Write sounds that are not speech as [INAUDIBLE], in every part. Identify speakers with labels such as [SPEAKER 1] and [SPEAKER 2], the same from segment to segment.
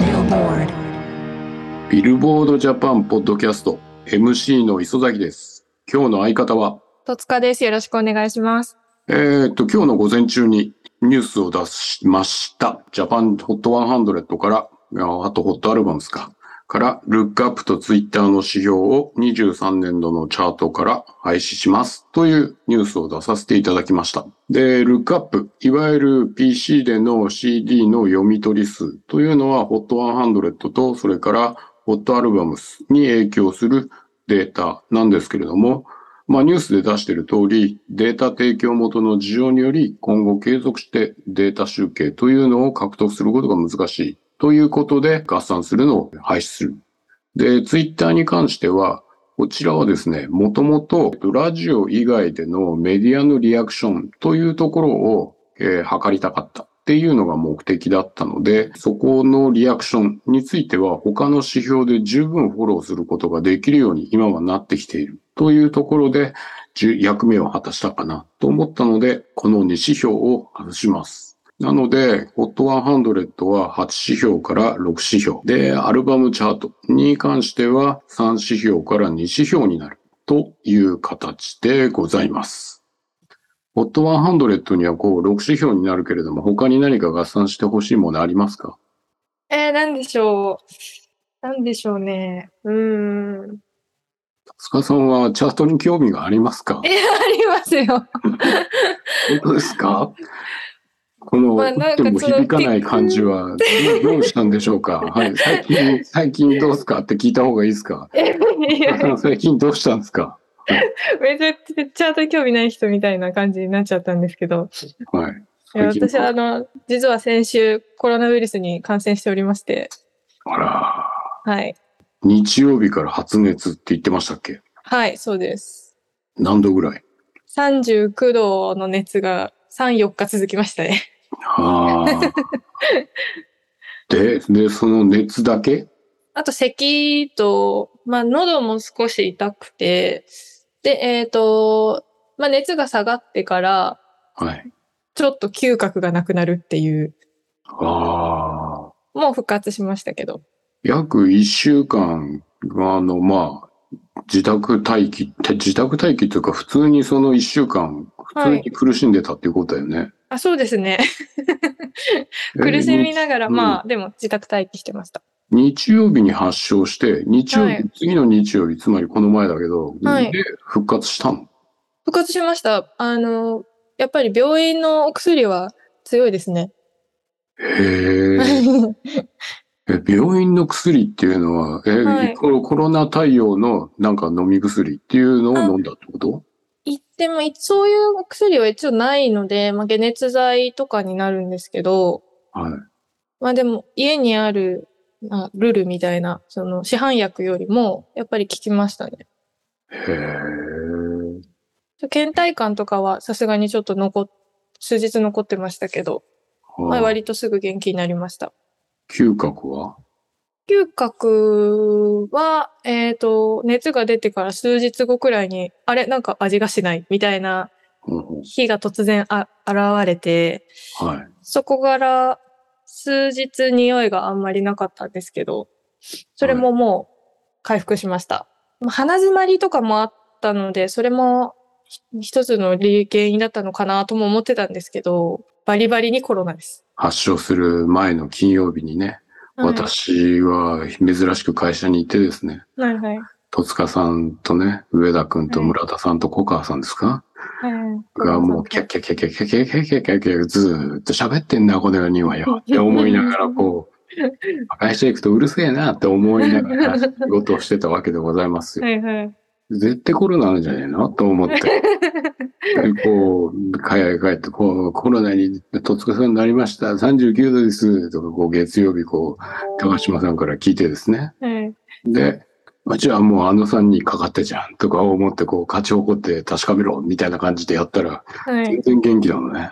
[SPEAKER 1] Billboard.
[SPEAKER 2] ビルボードジャパンポッドキャスト MC の磯崎です。今日の相方は、
[SPEAKER 3] 戸塚です。よろしくお願いします。
[SPEAKER 2] えーっと、今日の午前中にニュースを出しました。ジャパンホット100から、ああとホットアルバムですか。から、ルックアップとツイッターの指標を23年度のチャートから廃止しますというニュースを出させていただきました。で、ルックアップ、いわゆる PC での CD の読み取り数というのは HOT100 とそれから HOT アルバムスに影響するデータなんですけれども、まあ、ニュースで出している通り、データ提供元の事情により、今後継続してデータ集計というのを獲得することが難しい。ということで、合算するのを廃止する。で、ツイッターに関しては、こちらはですね、もともとラジオ以外でのメディアのリアクションというところを、えー測りたかったっていうのが目的だったので、そこのリアクションについては他の指標で十分フォローすることができるように今はなってきているというところで、じゅ役目を果たしたかなと思ったので、この2指標を外します。なので、HOT100 は8指標から6指標。で、アルバムチャートに関しては3指標から2指標になるという形でございます。HOT100 にはこう6指標になるけれども、他に何か合算してほしいものありますか
[SPEAKER 3] えー、なんでしょう。なんでしょうね。うーん。
[SPEAKER 2] 塚さんはチャートに興味がありますか
[SPEAKER 3] えー、ありますよ。
[SPEAKER 2] 本当ですかこの、
[SPEAKER 3] まあ
[SPEAKER 2] 打っても響かない感じは、どうどうしたんでしょうかはい。最近、最近どうすかって聞いた方がいいです
[SPEAKER 3] [LAUGHS]
[SPEAKER 2] か
[SPEAKER 3] えいや
[SPEAKER 2] 最近どうしたんですか
[SPEAKER 3] めちゃくちゃチャートに興味ない人みたいな感じになっちゃったんですけど。
[SPEAKER 2] はい。
[SPEAKER 3] い
[SPEAKER 2] 最
[SPEAKER 3] や
[SPEAKER 2] 近
[SPEAKER 3] 私は、あの、実は先週コロナウイルスに感染しておりまして。
[SPEAKER 2] あら、
[SPEAKER 3] はい。
[SPEAKER 2] 日曜日から発熱って言ってましたっけ
[SPEAKER 3] はい、そうです。
[SPEAKER 2] 何度ぐらい
[SPEAKER 3] 39度の熱が3、4日続きましたね。
[SPEAKER 2] ああ。で、で、その熱だけ
[SPEAKER 3] あと咳と、まあ、喉も少し痛くて、で、えっ、と、まあ、熱が下がってから、
[SPEAKER 2] はい。
[SPEAKER 3] ちょっと嗅覚がなくなるっていう、
[SPEAKER 2] ああ。
[SPEAKER 3] もう復活しましたけど。
[SPEAKER 2] 約1週間、あの、まあ、自宅待機って、自宅待機というか、普通にその1週間、普
[SPEAKER 3] は
[SPEAKER 2] 通
[SPEAKER 3] い
[SPEAKER 2] に苦しんでたっていうことだよね。
[SPEAKER 3] あ、そうですね。
[SPEAKER 2] えー
[SPEAKER 3] 苦しみながら、
[SPEAKER 2] うん
[SPEAKER 3] まあ、でも自宅待機してました。
[SPEAKER 2] 日曜日に発症して、日曜日、
[SPEAKER 3] はい
[SPEAKER 2] 次の日曜日、つまりこの前だけど、
[SPEAKER 3] はい
[SPEAKER 2] で、復活したの。
[SPEAKER 3] 復活しました。あの、やっぱり病院のお薬は強いですね。
[SPEAKER 2] へえ。
[SPEAKER 3] [LAUGHS]
[SPEAKER 2] え、病院の薬っていうのは、え、
[SPEAKER 3] はい
[SPEAKER 2] コロコロナ対応のなんか飲み薬っていうのを飲んだってこと
[SPEAKER 3] 言っても、そういうお薬は一応ないので、まあ、解熱剤とかになるんですけど、
[SPEAKER 2] はい。
[SPEAKER 3] まあでも家にあるあルルみたいな、その市販薬よりもやっぱり効きましたね。
[SPEAKER 2] へえ。
[SPEAKER 3] 倦怠感とかはさすがにちょっと残っ、数日残ってましたけど、まあ、割とすぐ元気になりました。
[SPEAKER 2] 嗅覚は
[SPEAKER 3] 嗅覚は、えっ、と、熱が出てから数日後くらいに、あれなんか味がしないみたいな
[SPEAKER 2] うんうん
[SPEAKER 3] 日が突然あ現れて、
[SPEAKER 2] はい。
[SPEAKER 3] そこから数日匂いがあんまりなかったんですけど、それももう回復しました。まあ鼻詰まりとかもあったので、それもひ一つの理原因だったのかなとも思ってたんですけど、バリバリにコロナです。
[SPEAKER 2] 発症する前の金曜日にね、
[SPEAKER 3] はい。
[SPEAKER 2] 私は珍しく会社に行ってですね、
[SPEAKER 3] はいはい。
[SPEAKER 2] 戸塚さんとね、上田くんと
[SPEAKER 3] はい
[SPEAKER 2] 村田さんと小川さんですか、
[SPEAKER 3] はい
[SPEAKER 2] がもうキャッキャッキャッキャッキャッキャッキャッキャッキャッキャッずーっと喋ってんな、この4人はよ。って思いながら、こう、破壊していくとうるせえなって思いながら仕事をしてたわけでございますよ。
[SPEAKER 3] はいはい。
[SPEAKER 2] 絶対コロナなんじゃねえのと思
[SPEAKER 3] [LAUGHS]
[SPEAKER 2] って。でこう、海外帰って、こう、コロナに、戸塚さんになりました。39度です。とか、こう、月曜日、こう、高島さんから聞いてですね。
[SPEAKER 3] はい
[SPEAKER 2] で、まあじゃあもうあのさんにかかってじゃんとか思って、こう、勝ち誇って確かめろ、みたいな感じでやったら、
[SPEAKER 3] はい
[SPEAKER 2] 全然元気なのね。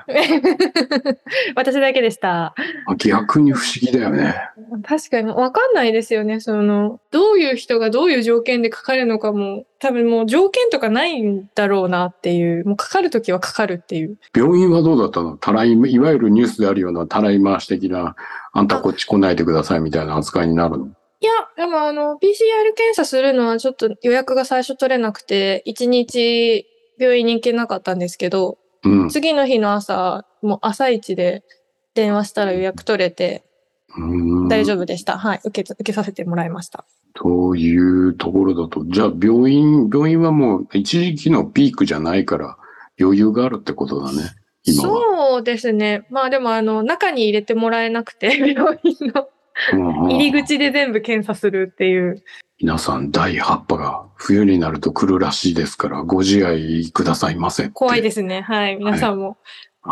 [SPEAKER 3] 私だけでした。
[SPEAKER 2] 逆に不思議だよね。
[SPEAKER 3] うん確かにわかんないですよね。その、どういう人がどういう条件でかかるのかも、多分もう条件とかないんだろうなっていう、もうかかるときはかかるっていう。
[SPEAKER 2] 病院はどうだったのたらい、いわゆるニュースであるようなたらい回し的な、あんたこっち来ないでくださいみたいな扱いになるの
[SPEAKER 3] いや、でもあの、PCR 検査するのはちょっと予約が最初取れなくて、1日病院に行けなかったんですけど、
[SPEAKER 2] うん。
[SPEAKER 3] 次の日の朝、もう朝一で電話したら予約取れて、
[SPEAKER 2] うん
[SPEAKER 3] 大丈夫でした。はい。受け、受けさせてもらいました。
[SPEAKER 2] というところだと、じゃあ病院、病院はもう一時期のピークじゃないから余裕があるってことだね、今は。
[SPEAKER 3] そうですね。まあでもあの、中に入れてもらえなくて、 [LAUGHS] 病院の
[SPEAKER 2] うん
[SPEAKER 3] 入り口で全部検査するっていう。
[SPEAKER 2] 皆さん第8波が冬になると来るらしいですから、ご自愛くださいませ。
[SPEAKER 3] 怖い
[SPEAKER 2] で
[SPEAKER 3] ですね。はい。皆さんも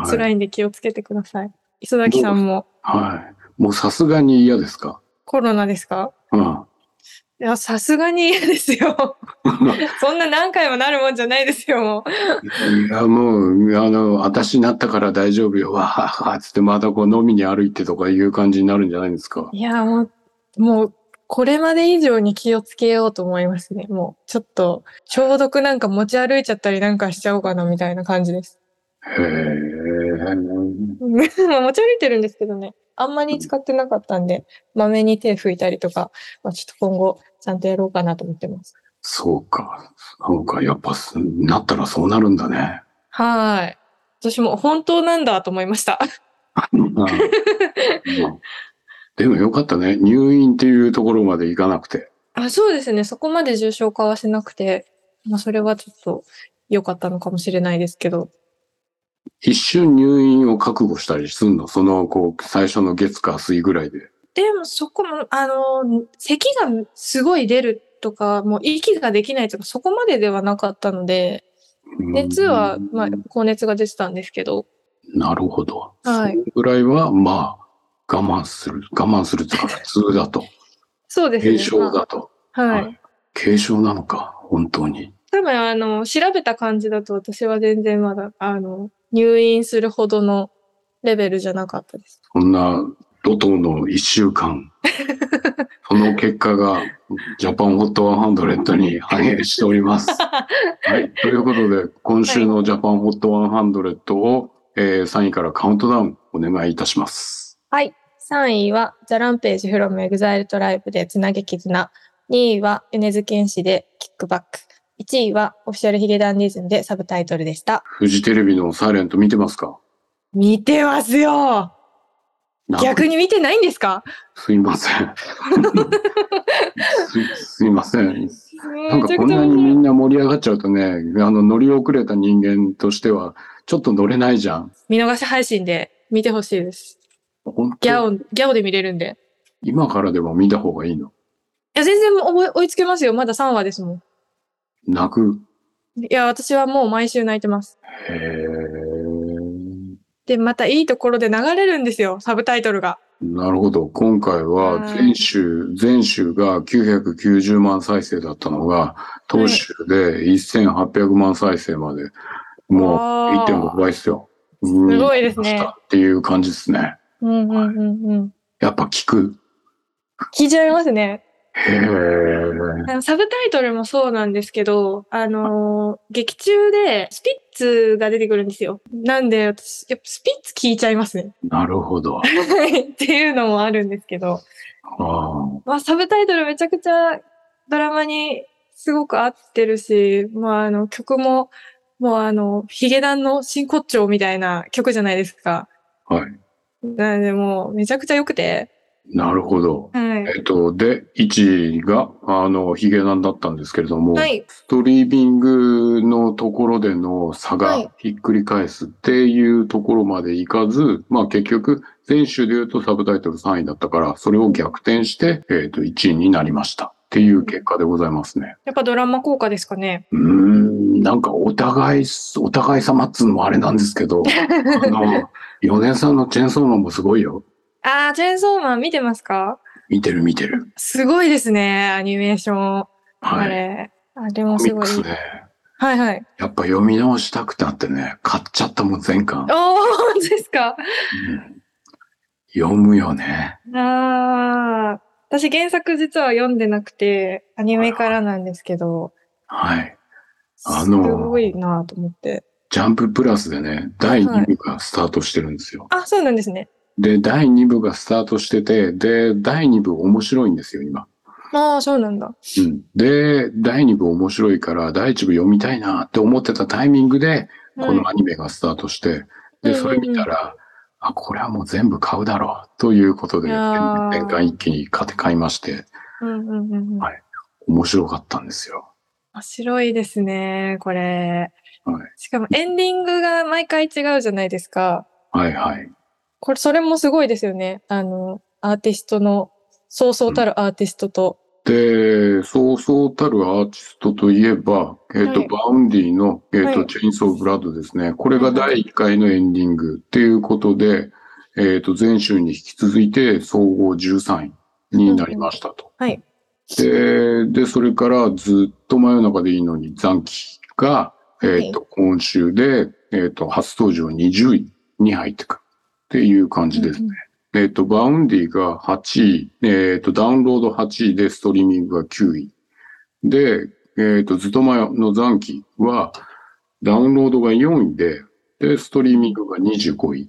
[SPEAKER 2] す
[SPEAKER 3] 辛
[SPEAKER 2] はい。
[SPEAKER 3] いんで気をつけてください。磯崎さんも
[SPEAKER 2] はい。もうさすがに嫌ですか
[SPEAKER 3] コロナですか
[SPEAKER 2] うん。 [LAUGHS]
[SPEAKER 3] いや、さすがに嫌ですよ。 [LAUGHS] そんな何回もなるもんじゃないですよ、もう。
[SPEAKER 2] いや、もう、あの、私なったから大丈夫よ、わはは、つってまたこう飲みに歩いてとかいう感じになるんじゃないんですか。
[SPEAKER 3] いや、もう、もう、これまで以上に気をつけようと思いますね。もう、ちょっと、消毒なんか持ち歩いちゃったりなんかしちゃおうかな、みたいな感じです。
[SPEAKER 2] へえ。
[SPEAKER 3] うん [LAUGHS] まあ持ち歩いてるんですけどね。あんまり使ってなかったんで、まめに手拭いたりとか、まあ、ちょっと今後、ちゃんとやろうかなと思ってます。
[SPEAKER 2] そうか。なんか、やっぱ、すなったらそうなるんだね。
[SPEAKER 3] はーい。私も本当なんだと思いました。
[SPEAKER 2] うんまあでもよかったね。入院っていうところまで行かなくて。
[SPEAKER 3] あそうですね。そこまで重症化はしなくて、まあ、それはちょっと良かったのかもしれないですけど。
[SPEAKER 2] 一瞬入院を覚悟したりすんのその、こう、最初の月火水ぐらいで。
[SPEAKER 3] でもそこも、あの、咳がすごい出るとか、もう息ができないとか、そこまでではなかったので、熱は、まあ、高熱が出てたんですけど、
[SPEAKER 2] なるほど。
[SPEAKER 3] はい
[SPEAKER 2] そのぐらいは、まあ、我慢する。我慢するっていうか、普通だと。
[SPEAKER 3] そうですね。
[SPEAKER 2] 軽症だと。
[SPEAKER 3] まあはい。
[SPEAKER 2] 軽症なのか、本当に。
[SPEAKER 3] 多分あの、調べた感じだと私は全然まだ、あの、入院するほどのレベルじゃなかったです。
[SPEAKER 2] そんな、怒涛の一週間。その結果が、ジャパンホットワンハンドレッド
[SPEAKER 3] [LAUGHS]
[SPEAKER 2] に反映しております。はい。ということで、今週のジャパンホットワンハンドレッドを、えー3位からカウントダウンお願いいたします。
[SPEAKER 3] はい。3位は、ザ・ランページ・フロム・エグザイル・トライブでつなげ絆。2位は、米津玄師でキックバック。1位は、オフィシャルヒゲダンディズムでサブタイトルでした。
[SPEAKER 2] フジテレビのサイレント見てますか
[SPEAKER 3] 見てますよ逆
[SPEAKER 2] に。
[SPEAKER 3] に見てないんですか
[SPEAKER 2] すいませ
[SPEAKER 3] [LAUGHS]
[SPEAKER 2] ん。すすいません。なん
[SPEAKER 3] め
[SPEAKER 2] か
[SPEAKER 3] ちゃ
[SPEAKER 2] こ
[SPEAKER 3] く
[SPEAKER 2] ん
[SPEAKER 3] ちゃ
[SPEAKER 2] な
[SPEAKER 3] 面
[SPEAKER 2] に
[SPEAKER 3] 白
[SPEAKER 2] み
[SPEAKER 3] い。
[SPEAKER 2] んな盛り上がっちゃうとね、あの乗り遅れた人間としては、ちょっと乗れないじゃん。
[SPEAKER 3] 見逃し配信で見てほしいです。
[SPEAKER 2] 本
[SPEAKER 3] ギャ
[SPEAKER 2] 当
[SPEAKER 3] オ、ギャオで見れるんで。
[SPEAKER 2] 今からでも見た方がいいの。
[SPEAKER 3] いや、全然覚え追いつけますよ。まだ3話ですもん。
[SPEAKER 2] 泣く。
[SPEAKER 3] いや、私はもう毎週泣いてます。
[SPEAKER 2] へー
[SPEAKER 3] で、またいいところで流れるんですよ、サブタイトルが。
[SPEAKER 2] なるほど。今回は
[SPEAKER 3] はい
[SPEAKER 2] 前週、前週が990万再生だったのが、当週で1800万再生まで、もう
[SPEAKER 3] あー
[SPEAKER 2] 1.5倍ですよ。す
[SPEAKER 3] すごいですね
[SPEAKER 2] っていう感じですね。
[SPEAKER 3] うんうんうんうん。
[SPEAKER 2] やっぱ聞く。
[SPEAKER 3] 聞いちゃいますね。
[SPEAKER 2] へー
[SPEAKER 3] あのサブタイトルもそうなんですけど、あのー劇中でスピッツが出てくるんですよ。なんで私、やっぱスピッツ聞いちゃいますね。 [LAUGHS]
[SPEAKER 2] なるほど。
[SPEAKER 3] はいっていうのもあるんですけど。
[SPEAKER 2] ああ。
[SPEAKER 3] まあ、サブタイトルめちゃくちゃドラマにすごく合ってるし、まあ、あの曲も、もうあの、ヒゲダンの真骨頂みたいな曲じゃないですか。
[SPEAKER 2] はい。
[SPEAKER 3] なのでもうめちゃくちゃ良くて。
[SPEAKER 2] なるほど。
[SPEAKER 3] はい。
[SPEAKER 2] えっと、で、1位が、あの、ヒゲダンだったんですけれども、
[SPEAKER 3] はい。
[SPEAKER 2] ストリーミングのところでの差
[SPEAKER 3] はい
[SPEAKER 2] がひっくり返すっていうところまでいかず、まあ結局、前週で言うとサブタイトル3位だったから、それを逆転して、えっと、1位になりましたっていう結果でございますね。
[SPEAKER 3] やっぱドラマ効果ですかね。
[SPEAKER 2] うーん、なんかお互い、お互い様っつうのもあれなんですけど、あ
[SPEAKER 3] [LAUGHS]
[SPEAKER 2] の、米年さんのチェーンソーマンもすごいよ。
[SPEAKER 3] あー、チェーンソーマン見てますか
[SPEAKER 2] 見てる見てる。
[SPEAKER 3] すごいですね、アニメーション。
[SPEAKER 2] は
[SPEAKER 3] あ
[SPEAKER 2] い。
[SPEAKER 3] れ。あれも
[SPEAKER 2] コミ
[SPEAKER 3] す
[SPEAKER 2] ッ
[SPEAKER 3] ごい
[SPEAKER 2] ク。スね。
[SPEAKER 3] はいはい。
[SPEAKER 2] やっぱ読み直したくなってね、買っちゃったもん、全巻。
[SPEAKER 3] おー、本当ですか
[SPEAKER 2] うん読むよね。
[SPEAKER 3] ああ、私原作実は読んでなくて、アニメからなんですけど、
[SPEAKER 2] はい。あのー
[SPEAKER 3] すごいなと思って。
[SPEAKER 2] ジャンププラスでね、第2部がスタートしてるんですよ。
[SPEAKER 3] あ、そうなんですね。
[SPEAKER 2] で、第2部がスタートしてて、で、第2部面白いんですよ、今。
[SPEAKER 3] ああ、そうなんだ。
[SPEAKER 2] うん。で、第2部面白いから、第1部読みたいなって思ってたタイミングで、このアニメがスタートして、
[SPEAKER 3] うん
[SPEAKER 2] で、それ見たら、あ、これはもう全部買うだろう、ということで、
[SPEAKER 3] いやー
[SPEAKER 2] 年間一気に買って買いまして、
[SPEAKER 3] うんうんうんうん。
[SPEAKER 2] はい面白かったんですよ。
[SPEAKER 3] 面白いですね、これ。
[SPEAKER 2] は
[SPEAKER 3] しかもエンディングが毎回違うじゃないですか。
[SPEAKER 2] はいはい。
[SPEAKER 3] これ、それもすごいですよね。あの、アーティストの、そうそうたるアーティストと。
[SPEAKER 2] で、そうそうたるアーティストといえば、えっ、と、
[SPEAKER 3] はい
[SPEAKER 2] バウンディの、えっ、と、
[SPEAKER 3] はい
[SPEAKER 2] チェインソーブラッドですね。これが第1回のエンディングっていうことで、えっ、と、前週に引き続いて総合13位になりましたと。
[SPEAKER 3] はい。
[SPEAKER 2] で、で、それからずっと真夜中でいいのに残機が、えっ、と、今週で、えっ、と、初登場20位に入ってくるっていう感じですね。えっ、と、バウンディが8位、えっ、と、ダウンロード8位で、ストリーミングが9位。で、えっ、と、ずっと前の残機は、ダウンロードが4位で、で、ストリーミングが25位っ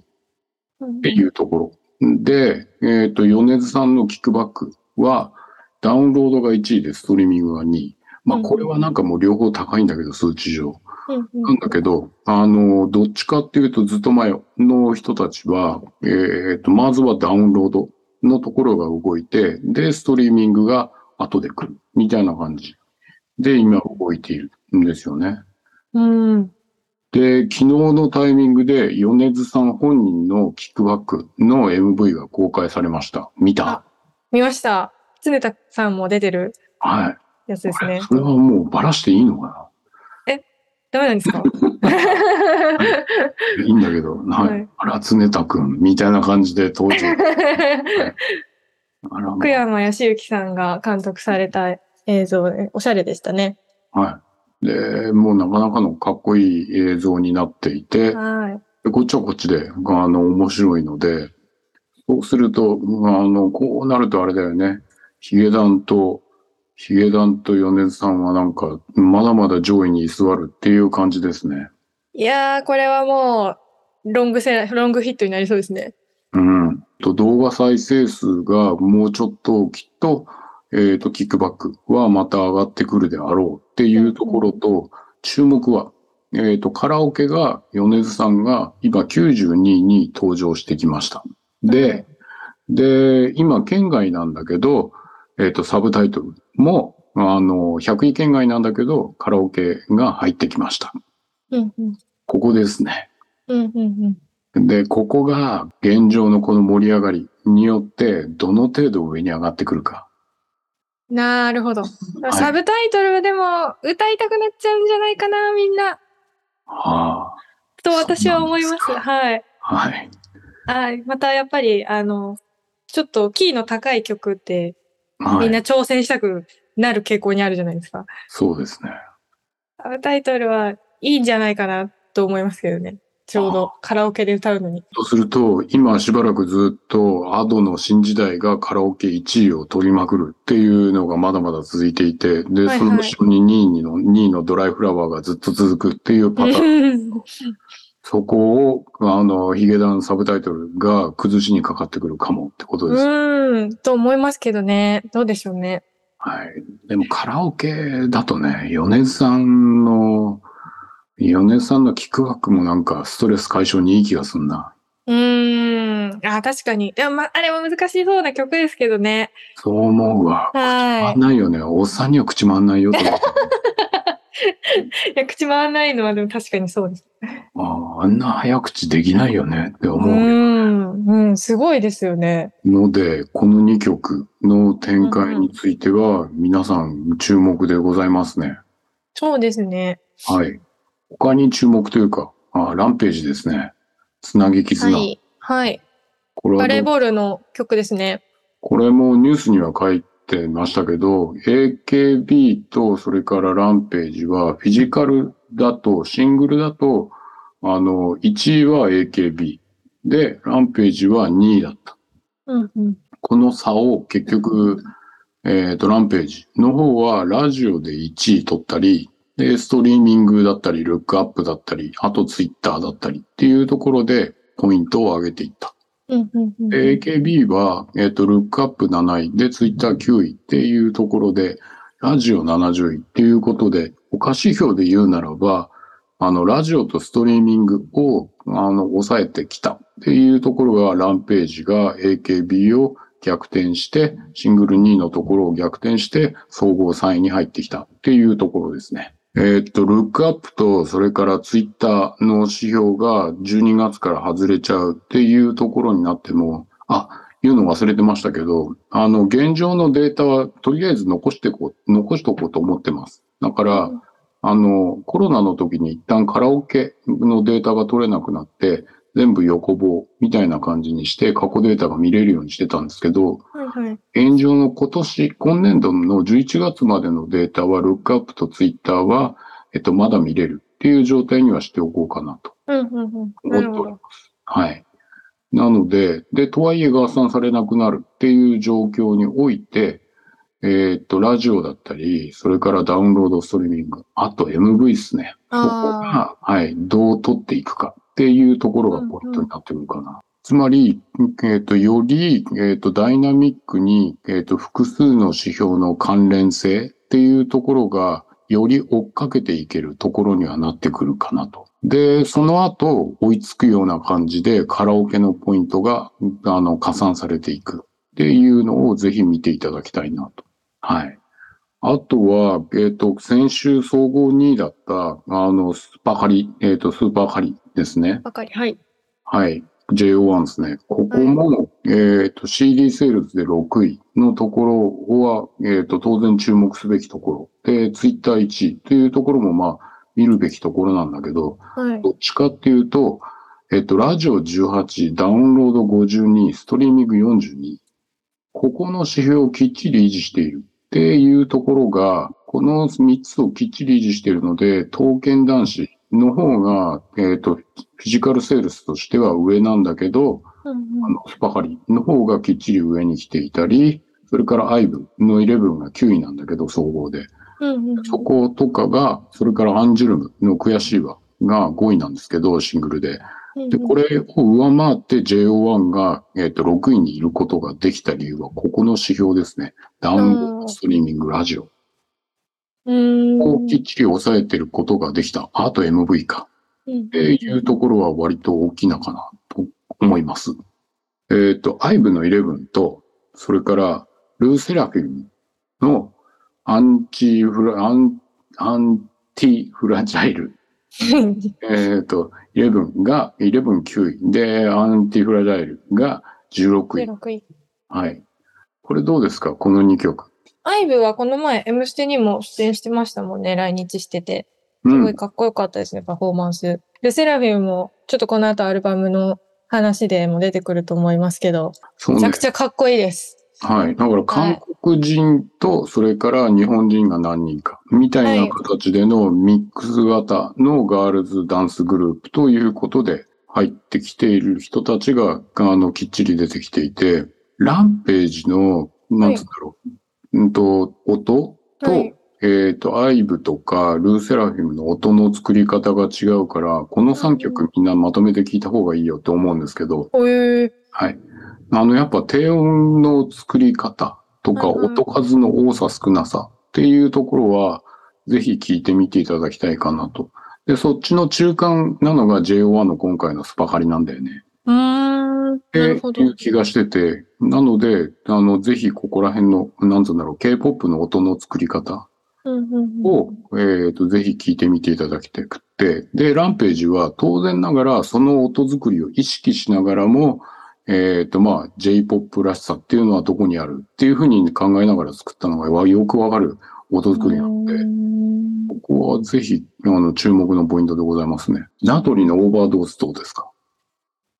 [SPEAKER 3] うんうん
[SPEAKER 2] ていうところ。で、えっ、と、米津さんのキックバックは、ダウンロードが1位で、ストリーミングが2位。まあ、これはなんかもう両方高いんだけど、数値上。
[SPEAKER 3] うんうん
[SPEAKER 2] なんだけど、あの、どっちかっていうと、ずっと前の人たちは、えーと、まずはダウンロードのところが動いて、で、ストリーミングが後で来る、みたいな感じで、今動いているんですよね。
[SPEAKER 3] うん。
[SPEAKER 2] で、昨日のタイミングで、米津さん本人のキックバックの MV が公開されました。見た
[SPEAKER 3] 見ました。常田さんも出てる
[SPEAKER 2] はい。
[SPEAKER 3] やつです
[SPEAKER 2] これ
[SPEAKER 3] ね。
[SPEAKER 2] それはもうバラしていいのか
[SPEAKER 3] ダメなんですか
[SPEAKER 2] [LAUGHS] ないいんだけ
[SPEAKER 3] [LAUGHS]
[SPEAKER 2] ど、はい。
[SPEAKER 3] はい
[SPEAKER 2] あら、常田くん、みたいな感じで登
[SPEAKER 3] [LAUGHS]
[SPEAKER 2] 場。あら、
[SPEAKER 3] 福山康之さんが監督された映像で、おしゃれでしたね。
[SPEAKER 2] はい。で、もうなかなかのかっこいい映像になっていて、
[SPEAKER 3] は
[SPEAKER 2] でこっちはこっちで、あの、面白いので、そうすると、うんあの、こうなるとあれだよね。ヒゲダンと、ヒゲダンと米津さんはなんか、まだまだ上位に居座るっていう感じですね。
[SPEAKER 3] い。いやー、これはもう、ロングセラロングヒットになりそうですね。
[SPEAKER 2] うん。と、動画再生数がもうちょっと、きっと、えっ、と、キックバックはまた上がってくるであろうっていうところと、注目は、えっ、と、カラオケが、米津さんが今92位に登場してきました。で、で、今、県外なんだけど、えっ、と、サブタイトルも、あの、100位県外なんだけど、カラオケが入ってきました。
[SPEAKER 3] うんうん。
[SPEAKER 2] ここですね。
[SPEAKER 3] うんうんうん。
[SPEAKER 2] で、ここが現状のこの盛り上がりによって、どの程度上に上がってくるか。
[SPEAKER 3] なるほど。
[SPEAKER 2] い
[SPEAKER 3] サブタイトルでも歌いたくなっちゃうんじゃないかな、みんな。
[SPEAKER 2] は
[SPEAKER 3] と私は思います。
[SPEAKER 2] そうなんです
[SPEAKER 3] はい。
[SPEAKER 2] あ、はい。
[SPEAKER 3] はい。またやっぱり、あの、ちょっとキーの高い曲って、
[SPEAKER 2] は。
[SPEAKER 3] みんない挑戦したくなる傾向にあるじゃないですか。
[SPEAKER 2] そうですね。
[SPEAKER 3] サブタイトルはいいんじゃないかなと思いますけどね。ちょうどカラオケで歌うのに。 [LAUGHS]
[SPEAKER 2] そうすると、今しばらくずっと、アドの新時代がカラオケ1位を取りまくるっていうのがまだまだ続いていて、で、
[SPEAKER 3] はい
[SPEAKER 2] その後ろに2位の、2位のドライフラワーがずっと続くっていうパターン。そこを、あの、ヒゲダンサブタイトルが崩しにかかってくるかもってことですね。
[SPEAKER 3] うーん、と思いますけどね。どうでしょうね。
[SPEAKER 2] はい。でもカラオケだとね、米津さんの、米津さんのキックバックもなんかストレス解消にいい気がすんな。
[SPEAKER 3] うーん。あ、確かに。でも、ま、あれは難しそうな曲ですけどね。
[SPEAKER 2] そう思うわ。
[SPEAKER 3] は
[SPEAKER 2] あんないよね。おっさんには口回んないよと思って。
[SPEAKER 3] い。いや、口回らないのはでも確かにそうです。
[SPEAKER 2] あああんな早口できないよねって
[SPEAKER 3] うー。
[SPEAKER 2] 思うん
[SPEAKER 3] うん、すごいですよね。
[SPEAKER 2] ので、この2曲の展開については皆さん注目でございますね。
[SPEAKER 3] そうですね。
[SPEAKER 2] はい。他に注目というか、ああランページですね。つなぎ絆。
[SPEAKER 3] はい。はい。
[SPEAKER 2] これは
[SPEAKER 3] バ
[SPEAKER 2] ど
[SPEAKER 3] レ
[SPEAKER 2] う
[SPEAKER 3] ーボールの曲ですね。
[SPEAKER 2] これもニュースには書いてましたけど、AKB とそれからランページはフィジカルだと、シングルだと、あの、1位は AKB で、ランページは2位だったっ
[SPEAKER 3] うんうん。
[SPEAKER 2] この差を結局、えーと、ランページの方はラジオで1位取ったり、で、ストリーミングだったり、ルックアップだったり、あとツイッターだったりっていうところでポイントを上げていった。
[SPEAKER 3] うんうんうん。
[SPEAKER 2] で AKB は、えっ、と、ルックアップ7位で、ツイッター9位っていうところで、ラジオ70位っていうことで、お菓子表で言うならば、あの、ラジオとストリーミングを、あの、抑えてきたっていうところが、ランページが AKB を逆転して、シングル2位のところを逆転して、総合3位に入ってきたっていうところですね。えーっと、ルックアップと、それからツイッターの指標が12月から外れちゃうっていうところになっても、あ、言うの忘れてましたけど、あの、現状のデータはとりあえず残してこう、残しとこうと思ってます。だから、あの、コロナの時に一旦カラオケのデータが取れなくなって、全部横棒みたいな感じにして過去データが見れるようにしてたんですけど、
[SPEAKER 3] はいはい。
[SPEAKER 2] 現状の今年、今年度の11月までのデータは、ルックアップとツイッターは、えっと、まだ見れるっていう状態にはしておこうかなと
[SPEAKER 3] うんうんうん。
[SPEAKER 2] 思
[SPEAKER 3] な
[SPEAKER 2] って
[SPEAKER 3] るほ
[SPEAKER 2] おりま
[SPEAKER 3] ど。
[SPEAKER 2] す。はい。なので、で、とはいえ合算されなくなるっていう状況において、えーっと、ラジオだったり、それからダウンロードストリーミング、あと MV ですね。ここ
[SPEAKER 3] ああ。
[SPEAKER 2] が、はい、どう取っていくかっていうところがポイントになってくるかな。つまり、えっ、と、より、えっ、と、ダイナミックに、えっ、と、複数の指標の関連性っていうところが、より追っかけていけるところにはなってくるかなと。で、その後、追いつくような感じで、カラオケのポイントが、あの、加算されていくっていうのをぜひ見ていただきたいなと。はい。あとは、えっ、と、先週総合2位だった、あの、スーパーハリ、えっ、と、スーパーハリですね。
[SPEAKER 3] ばかり。はい。
[SPEAKER 2] はい。JO1 ですね。ここも、えっ、と、CD セールスで6位のところは、えっ、と、当然注目すべきところ。で、Twitter1 位というところも、まあ、見るべきところなんだけど、
[SPEAKER 3] はい。
[SPEAKER 2] どっちかっていうと、えっ、と、ラジオ18、ダウンロード52、ストリーミング42。ここの指標をきっちり維持しているっていうところが、この3つをきっちり維持しているので、刀剣男子の方が、えっ、と、フィジカルセールスとしては上なんだけど、
[SPEAKER 3] うん
[SPEAKER 2] あの、スパハリの方がきっちり上に来ていたり、それからアイブの11が9位なんだけど、総合で。
[SPEAKER 3] うん。うんうん。
[SPEAKER 2] そことかが、それからアンジュルムの悔しいわが5位なんですけど、シングルで。で、こ
[SPEAKER 3] れ。
[SPEAKER 2] れを上回って JO1 が、えっと6位にいることができた理由は、ここの指標ですね。ダウンロー
[SPEAKER 3] あ
[SPEAKER 2] ド、
[SPEAKER 3] ー
[SPEAKER 2] ストリーミング、ラジオ。
[SPEAKER 3] うーん。
[SPEAKER 2] こうきっちり抑えてることができた。あと MV か。
[SPEAKER 3] うん
[SPEAKER 2] っていうところは割と大きなかなと思います。えっ、と、アイブの11と、それから、ルーセラフィムのアンチフラ、アン、アンティフラジャイルえっ、と、11が、11、9位。で、アンティフラジャイルが16
[SPEAKER 3] で
[SPEAKER 2] 位。
[SPEAKER 3] 六位。
[SPEAKER 2] はい。これどうですかこの2曲。
[SPEAKER 3] アイブはこの前、M ステにも出演してましたもんね、来日してて。
[SPEAKER 2] う
[SPEAKER 3] すごい
[SPEAKER 2] ん。
[SPEAKER 3] かっこよかったですね、パフォーマンス。ルセラフィムも、ちょっとこの後アルバムの話でも出てくると思いますけど、
[SPEAKER 2] そう
[SPEAKER 3] めち
[SPEAKER 2] ね
[SPEAKER 3] ゃく。ちゃかっこいいです。
[SPEAKER 2] はい。だから、韓国人と、それから日本人が何人か、みたいな形でのミックス型のガールズダンスグループということで、入ってきている人たちが、あの、きっちり出てきていて、ランページの、なんつうんだろう。うんと、音と、
[SPEAKER 3] はい。
[SPEAKER 2] えっ、と、アイブとか、ルーセラフィムの音の作り方が違うから、この3曲みんなまとめて聞いた方がいいよって思うんですけど、
[SPEAKER 3] おえー
[SPEAKER 2] はい。あの、やっぱ低音の作り方とか、
[SPEAKER 3] うんうん
[SPEAKER 2] 音数の多さ少なさっていうところは、ぜひ聞いてみていただきたいかなと。で、そっちの中間なのが JO1 の今回のスパカリなんだよね。
[SPEAKER 3] うーん。なる
[SPEAKER 2] っ
[SPEAKER 3] ほ
[SPEAKER 2] て
[SPEAKER 3] ど。
[SPEAKER 2] いう気がしてて、なので、あの、ぜひここら辺の、なんつうんだろう、K-POP の音の作り方
[SPEAKER 3] うんうんうん
[SPEAKER 2] を、えっ、と、ぜひ聞いてみていただきたくて、で、ランページは当然ながら、その音作りを意識しながらも、えっ、と、まあ、J-POP らしさっていうのはどこにあるっていうふうに考えながら作ったのが、わよくわかる音作りなの
[SPEAKER 3] うー
[SPEAKER 2] で、
[SPEAKER 3] ん
[SPEAKER 2] ここはぜひ、あの、注目のポイントでございますね。ナトリのオーバードースどうですか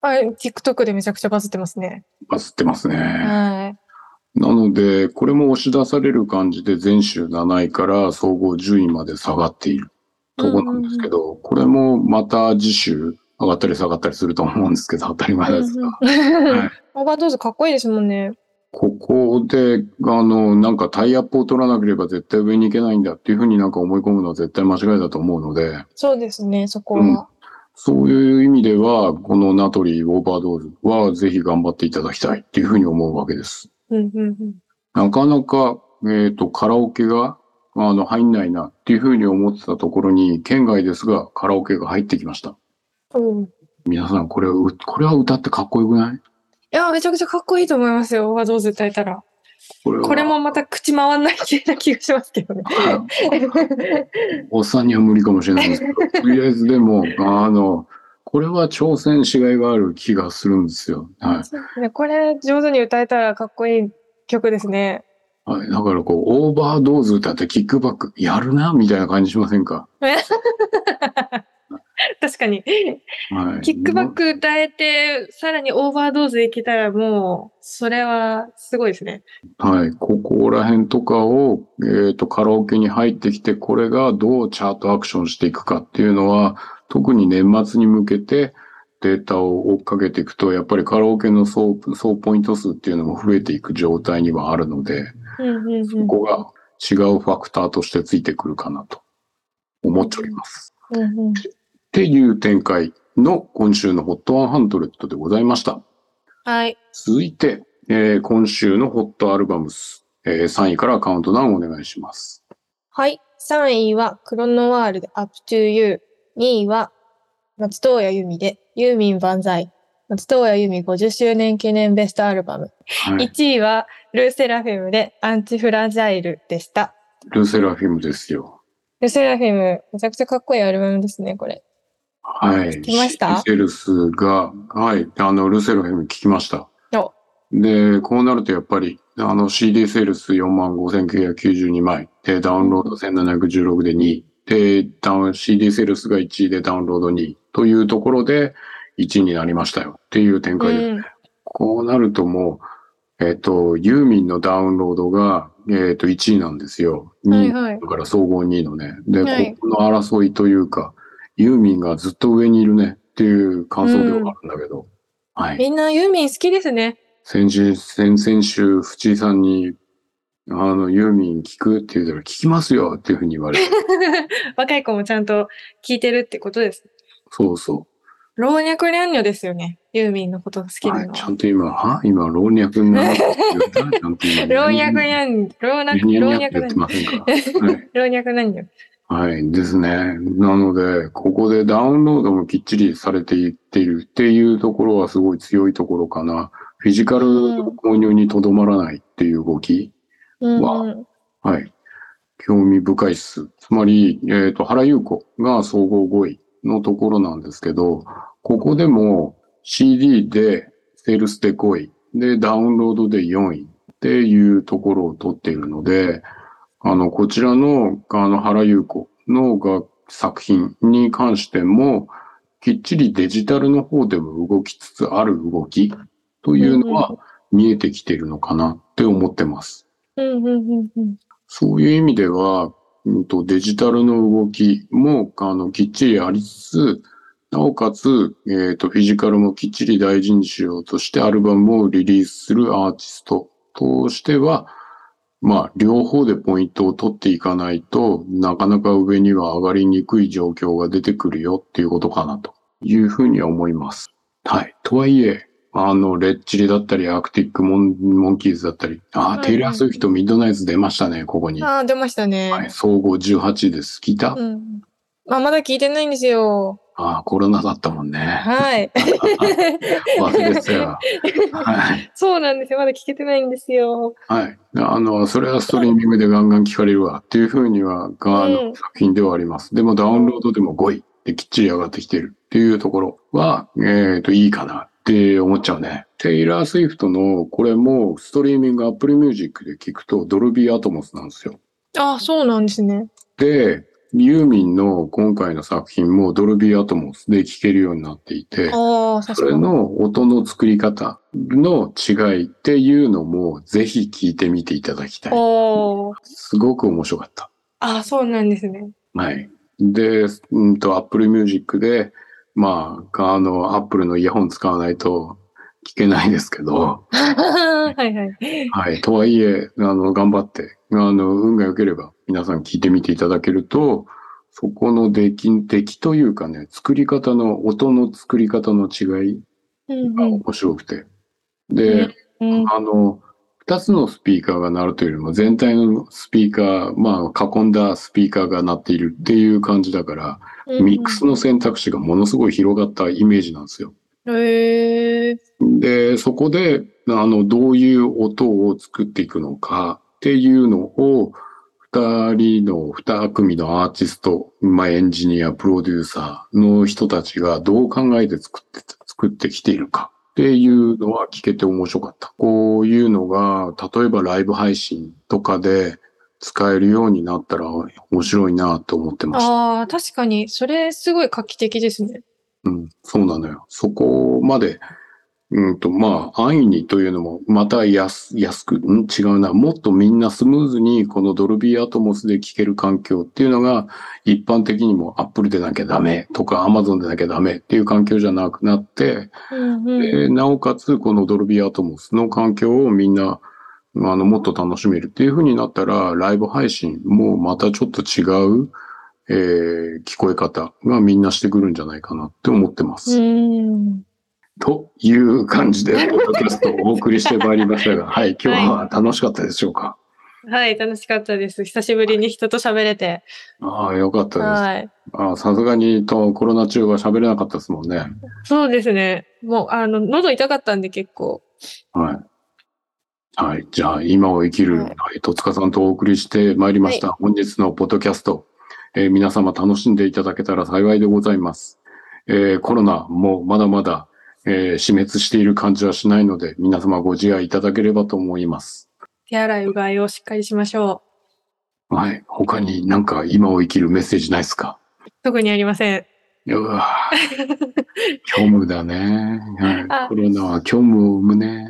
[SPEAKER 3] はい、TikTok でめちゃくちゃバズってますね。
[SPEAKER 2] バズってますね。
[SPEAKER 3] は
[SPEAKER 2] なので、これも押し出される感じで、全州7位から総合10位まで下がっているとこなんですけど、これもまた次週、上がったり下がったりすると思うんですけど、 [LAUGHS] 当たり前ですが。
[SPEAKER 3] うん
[SPEAKER 2] はい
[SPEAKER 3] オーバードーズかっこいいですもんね。
[SPEAKER 2] ここで、あの、なんかタイアップを取らなければ絶対上に行けないんだっていうふうになんか思い込むのは絶対間違いだと思うので、
[SPEAKER 3] そうですね、そこ
[SPEAKER 2] うん
[SPEAKER 3] は。
[SPEAKER 2] そういう意味では、このナトリーオーバードーズはぜひ頑張っていただきたいっていうふうに思うわけです。
[SPEAKER 3] うんうんうん
[SPEAKER 2] なかなか、えっ、と、カラオケが、あの、入んないなっていうふうに思ってたところに、県外ですが、カラオケが入ってきました。
[SPEAKER 3] うん。い
[SPEAKER 2] 皆さん、これ、うこれは歌ってかっこよくない
[SPEAKER 3] や、めちゃくちゃかっこいいと思いますよ、オーバードーズ歌えたら。
[SPEAKER 2] これは
[SPEAKER 3] これもまた口回んない系な気がしますけどね。
[SPEAKER 2] [LAUGHS] おっさんには無理かもしれないんですけど、とりあえずで
[SPEAKER 3] [LAUGHS]
[SPEAKER 2] も、あの、これは挑戦しがいがある気がするんですよ。はい。
[SPEAKER 3] ねこれ上手に歌えたらかっこいい曲ですね。
[SPEAKER 2] はい、だからこう、オーバードーズ歌ってキックバックやるな、みたいな感じしませんか
[SPEAKER 3] 確かに。
[SPEAKER 2] はい。
[SPEAKER 3] キックバック歌えて、さらにオーバードーズいけたらもう、それはすごいですね。
[SPEAKER 2] はい。ここら辺とかを、えっ、と、カラオケに入ってきて、これがどうチャートアクションしていくかっていうのは、特に年末に向けてデータを追っかけていくと、やっぱりカラオケの総総ポイント数っていうのも増えていく状態にはあるので、
[SPEAKER 3] うんうんうん
[SPEAKER 2] そこが違うファクターとしてついてくるかなと思っております。
[SPEAKER 3] うんうん
[SPEAKER 2] っていう展開の今週の HOT100 でございました。
[SPEAKER 3] はい。
[SPEAKER 2] 続いて、えー今週のホットアルバムス、えー3位からカウントダウンお願いします。
[SPEAKER 3] はい。3位はクロノワールで Up to You。2位は松任谷由実でユーミン万歳。松任谷由実50周年記念ベストアルバム。
[SPEAKER 2] はい、
[SPEAKER 3] 1位はルーセラフィムでアンチフラジャイルでした。
[SPEAKER 2] ルセラフィムですよ。
[SPEAKER 3] ルーセラフィム、めちゃくちゃかっこいいアルバムですね、これ。
[SPEAKER 2] はい。
[SPEAKER 3] 聞きました
[SPEAKER 2] シセルスが、はい、あの、ルセラフィム聞きました。
[SPEAKER 3] お
[SPEAKER 2] で、こうなるとやっぱり、あの、CD セールス45,992枚、で、ダウンロード1,716で2位、で、ダウン、CD セールスが1位でダウンロード2位というところで、1位になりましたよっていう展開です。
[SPEAKER 3] うん
[SPEAKER 2] こうなるともう、えっ、と、ユーミンのダウンロードが、えっ、と、1位なんですよ。
[SPEAKER 3] は
[SPEAKER 2] 2
[SPEAKER 3] い
[SPEAKER 2] 位
[SPEAKER 3] はい。
[SPEAKER 2] だから総合2位のね。で、
[SPEAKER 3] はい
[SPEAKER 2] ここの争いというか、ユーミンがずっと上にいるねっていう感想ではあるんだけど、はい。
[SPEAKER 3] みんなユーミン好きですね。
[SPEAKER 2] 先週、先々週、淵井さんに、あの、ユーミン聞くって言ったら、聞きますよっていうふうに言われ
[SPEAKER 3] [LAUGHS]
[SPEAKER 2] て、
[SPEAKER 3] 若い子もちゃんと聞いてるってことです。
[SPEAKER 2] そうそ
[SPEAKER 3] 老若男女ですよね。ユーミンのことが好
[SPEAKER 2] う。
[SPEAKER 3] き
[SPEAKER 2] は、
[SPEAKER 3] ないの
[SPEAKER 2] ち
[SPEAKER 3] は。
[SPEAKER 2] ゃんと今、は今、老若になるって言ったらちゃんと今
[SPEAKER 3] 老若男女、老若
[SPEAKER 2] にゃ
[SPEAKER 3] 老
[SPEAKER 2] にゃにゃってや
[SPEAKER 3] 若
[SPEAKER 2] って
[SPEAKER 3] 男
[SPEAKER 2] ませんか。
[SPEAKER 3] [LAUGHS]
[SPEAKER 2] はい
[SPEAKER 3] 女。老若男女。
[SPEAKER 2] はい、ですね。なので、ここでダウンロードもきっちりされていっているっていうところはすごい強いところかな。フィジカルの購入にとどまらないっていう動き。
[SPEAKER 3] うんうん。
[SPEAKER 2] はい。興味深いっす。つまり、えっ、と、原優子が総合5位のところなんですけど、ここでも CD でセールスで5位、で、ダウンロードで4位っていうところを取っているので、あの、こちらの、あの、原優子のが作品に関しても、きっちりデジタルの方でも動きつつある動きというのは見えてきているのかなって思ってます。
[SPEAKER 3] うんうんうんうん。
[SPEAKER 2] そういう意味では、うん、とデジタルの動きもあのきっちりありつつ、なおかつ、えーと、フィジカルもきっちり大事にしようとしてアルバムをリリースするアーティストとしては、まあ、両方でポイントを取っていかないとなかなか上には上がりにくい状況が出てくるよっていうことかなというふうには思います。はい。とはいえ、あの、レッチリだったり、アークティックモンモンキーズだったり、あ
[SPEAKER 3] いは
[SPEAKER 2] あ、
[SPEAKER 3] い
[SPEAKER 2] テイラー・スウィフト、ミッドナイツ出ましたね、ここに。
[SPEAKER 3] ああ、出ましたね。
[SPEAKER 2] はい、総合18です。聞いた、
[SPEAKER 3] うん。まあ、まだ聞いてないんですよ。
[SPEAKER 2] ああ、コロナだったもんね。
[SPEAKER 3] はい。 [LAUGHS]
[SPEAKER 2] 忘れてたよ。はい。
[SPEAKER 3] そうなんですよ。まだ聞けてないんですよ。
[SPEAKER 2] はい。あの、それはストリーミングでガンガン聞かれるわっていうふうには、があ
[SPEAKER 3] う
[SPEAKER 2] の
[SPEAKER 3] ん
[SPEAKER 2] 作品ではあります。でもダウンロードでも5位できっちり上がってきてるっていうところは、えっ、と、いいかなって思っちゃうね。テイラー・スウィフトの、これもストリーミングアップルミュージックで聞くとドルビーアトモスなんですよ。
[SPEAKER 3] ああ、そうなんですね。
[SPEAKER 2] で、ユーミンの今回の作品もドルビーアトモスで聴けるようになっていて、
[SPEAKER 3] ああ、さす
[SPEAKER 2] それ
[SPEAKER 3] が。
[SPEAKER 2] の音の作り方の違いっていうのもぜひ聞いてみていただきたい。
[SPEAKER 3] おー
[SPEAKER 2] すごく面白かった。
[SPEAKER 3] ああ、そうなんですね。 [LAUGHS]
[SPEAKER 2] はい。で、うんと、Apple Music で、まあ、あの、アップルのイヤホン使わないと聞けないですけど、
[SPEAKER 3] はいはい。
[SPEAKER 2] はい。とはいえ、あの、頑張って、あの、運が良ければ皆さん聞いてみていただけると、そこの出来、出来というかね、作り方の、音の作り方の違い
[SPEAKER 3] うん
[SPEAKER 2] が
[SPEAKER 3] うん
[SPEAKER 2] 面白くて。で、
[SPEAKER 3] うん
[SPEAKER 2] あの、二つのスピーカーが鳴るというよりも、全体のスピーカー、まあ、囲んだスピーカーが鳴っているっていう感じだから、
[SPEAKER 3] うん
[SPEAKER 2] ミックスの選択肢がものすごい広がったイメージなんですよ。
[SPEAKER 3] へえ。
[SPEAKER 2] で、そこで、あの、どういう音を作っていくのかっていうのを、二人の、二組のアーティスト、まあ、エンジニア、プロデューサーの人たちがどう考えて作って、作ってきているかっていうのは聞けて面白かった。こういうのが、例えばライブ配信とかで使えるようになったら面白いなと思ってました。
[SPEAKER 3] ああ、確かに、それすごい画期的ですね。
[SPEAKER 2] うん、そうなのよ。そこまで、うんと、まあ、安易にというのも、また安、安く、ん違うな。もっとみんなスムーズに、このドルビーアトモスで聴ける環境っていうのが、一般的にも Apple でなきゃダメとか Amazon でなきゃダメっていう環境じゃなくなって、
[SPEAKER 3] うんうん。
[SPEAKER 2] でなおかつ、このドルビーアトモスの環境をみんな、あの、もっと楽しめるっていう風になったら、ライブ配信もまたちょっと違う、えー聞こえ方がみんなしてくるんじゃないかなって思ってます。
[SPEAKER 3] うん。
[SPEAKER 2] という感じ
[SPEAKER 3] [LAUGHS]
[SPEAKER 2] で、ポッドキャストをお送りしてまいりましたが、はい、今日は楽しかったでしょうか。
[SPEAKER 3] はい、楽しかったです。久しぶりに人と喋れて。
[SPEAKER 2] ああ、よかったです。
[SPEAKER 3] はい。
[SPEAKER 2] ああさすがにとコロナ中は喋れなかったですもんね。
[SPEAKER 3] そうですね。もう、あの、喉痛かったんで結構。
[SPEAKER 2] はい。はい。じゃあ、今を生きる、
[SPEAKER 3] は
[SPEAKER 2] はいい、戸塚さんとお送りしてまいりました。本日のポッドキャスト、えー皆様楽しんでいただけたら幸いでございます。えーコロナもまだまだ、えー死滅している感じはしないので、皆様ご自愛いただければと思います。
[SPEAKER 3] 手洗い、うがいをしっかりしましょ
[SPEAKER 2] はい。他になんか今を生きるメッセージないですか
[SPEAKER 3] う。特にありません。
[SPEAKER 2] うわぁ
[SPEAKER 3] [LAUGHS]
[SPEAKER 2] 虚無だね。は
[SPEAKER 3] あ
[SPEAKER 2] い、コロナは虚無を生むね。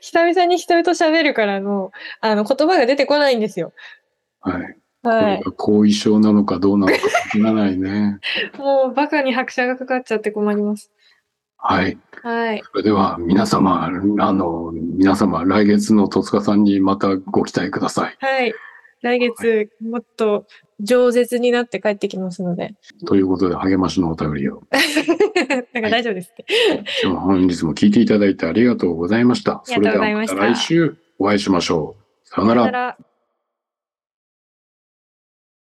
[SPEAKER 3] 久々に人と喋るからの、あの、言葉が出てこないんですよ。
[SPEAKER 2] はい。こ
[SPEAKER 3] [LAUGHS] は
[SPEAKER 2] れ
[SPEAKER 3] い。
[SPEAKER 2] が後遺症なのかどうなのか知らないね。
[SPEAKER 3] もう、バカに拍車がかかっちゃって困ります。
[SPEAKER 2] はい。
[SPEAKER 3] はい。
[SPEAKER 2] それでは皆様、あの、皆様、来月の戸塚さんにまたご期待ください。
[SPEAKER 3] はい。来月、もっと、饒舌になって帰ってきますので。
[SPEAKER 2] ということで、励ましのお便りを。
[SPEAKER 3] なんか大丈夫ですって。
[SPEAKER 2] 今日本日も聞いていただいてありがとうございました。
[SPEAKER 3] あり
[SPEAKER 2] そ
[SPEAKER 3] が
[SPEAKER 2] れ
[SPEAKER 3] とう
[SPEAKER 2] で
[SPEAKER 3] ござい
[SPEAKER 2] は
[SPEAKER 3] ま
[SPEAKER 2] ま
[SPEAKER 3] した
[SPEAKER 2] た来週お会いしましょう。さよな
[SPEAKER 3] さよ
[SPEAKER 2] ら
[SPEAKER 3] な。ら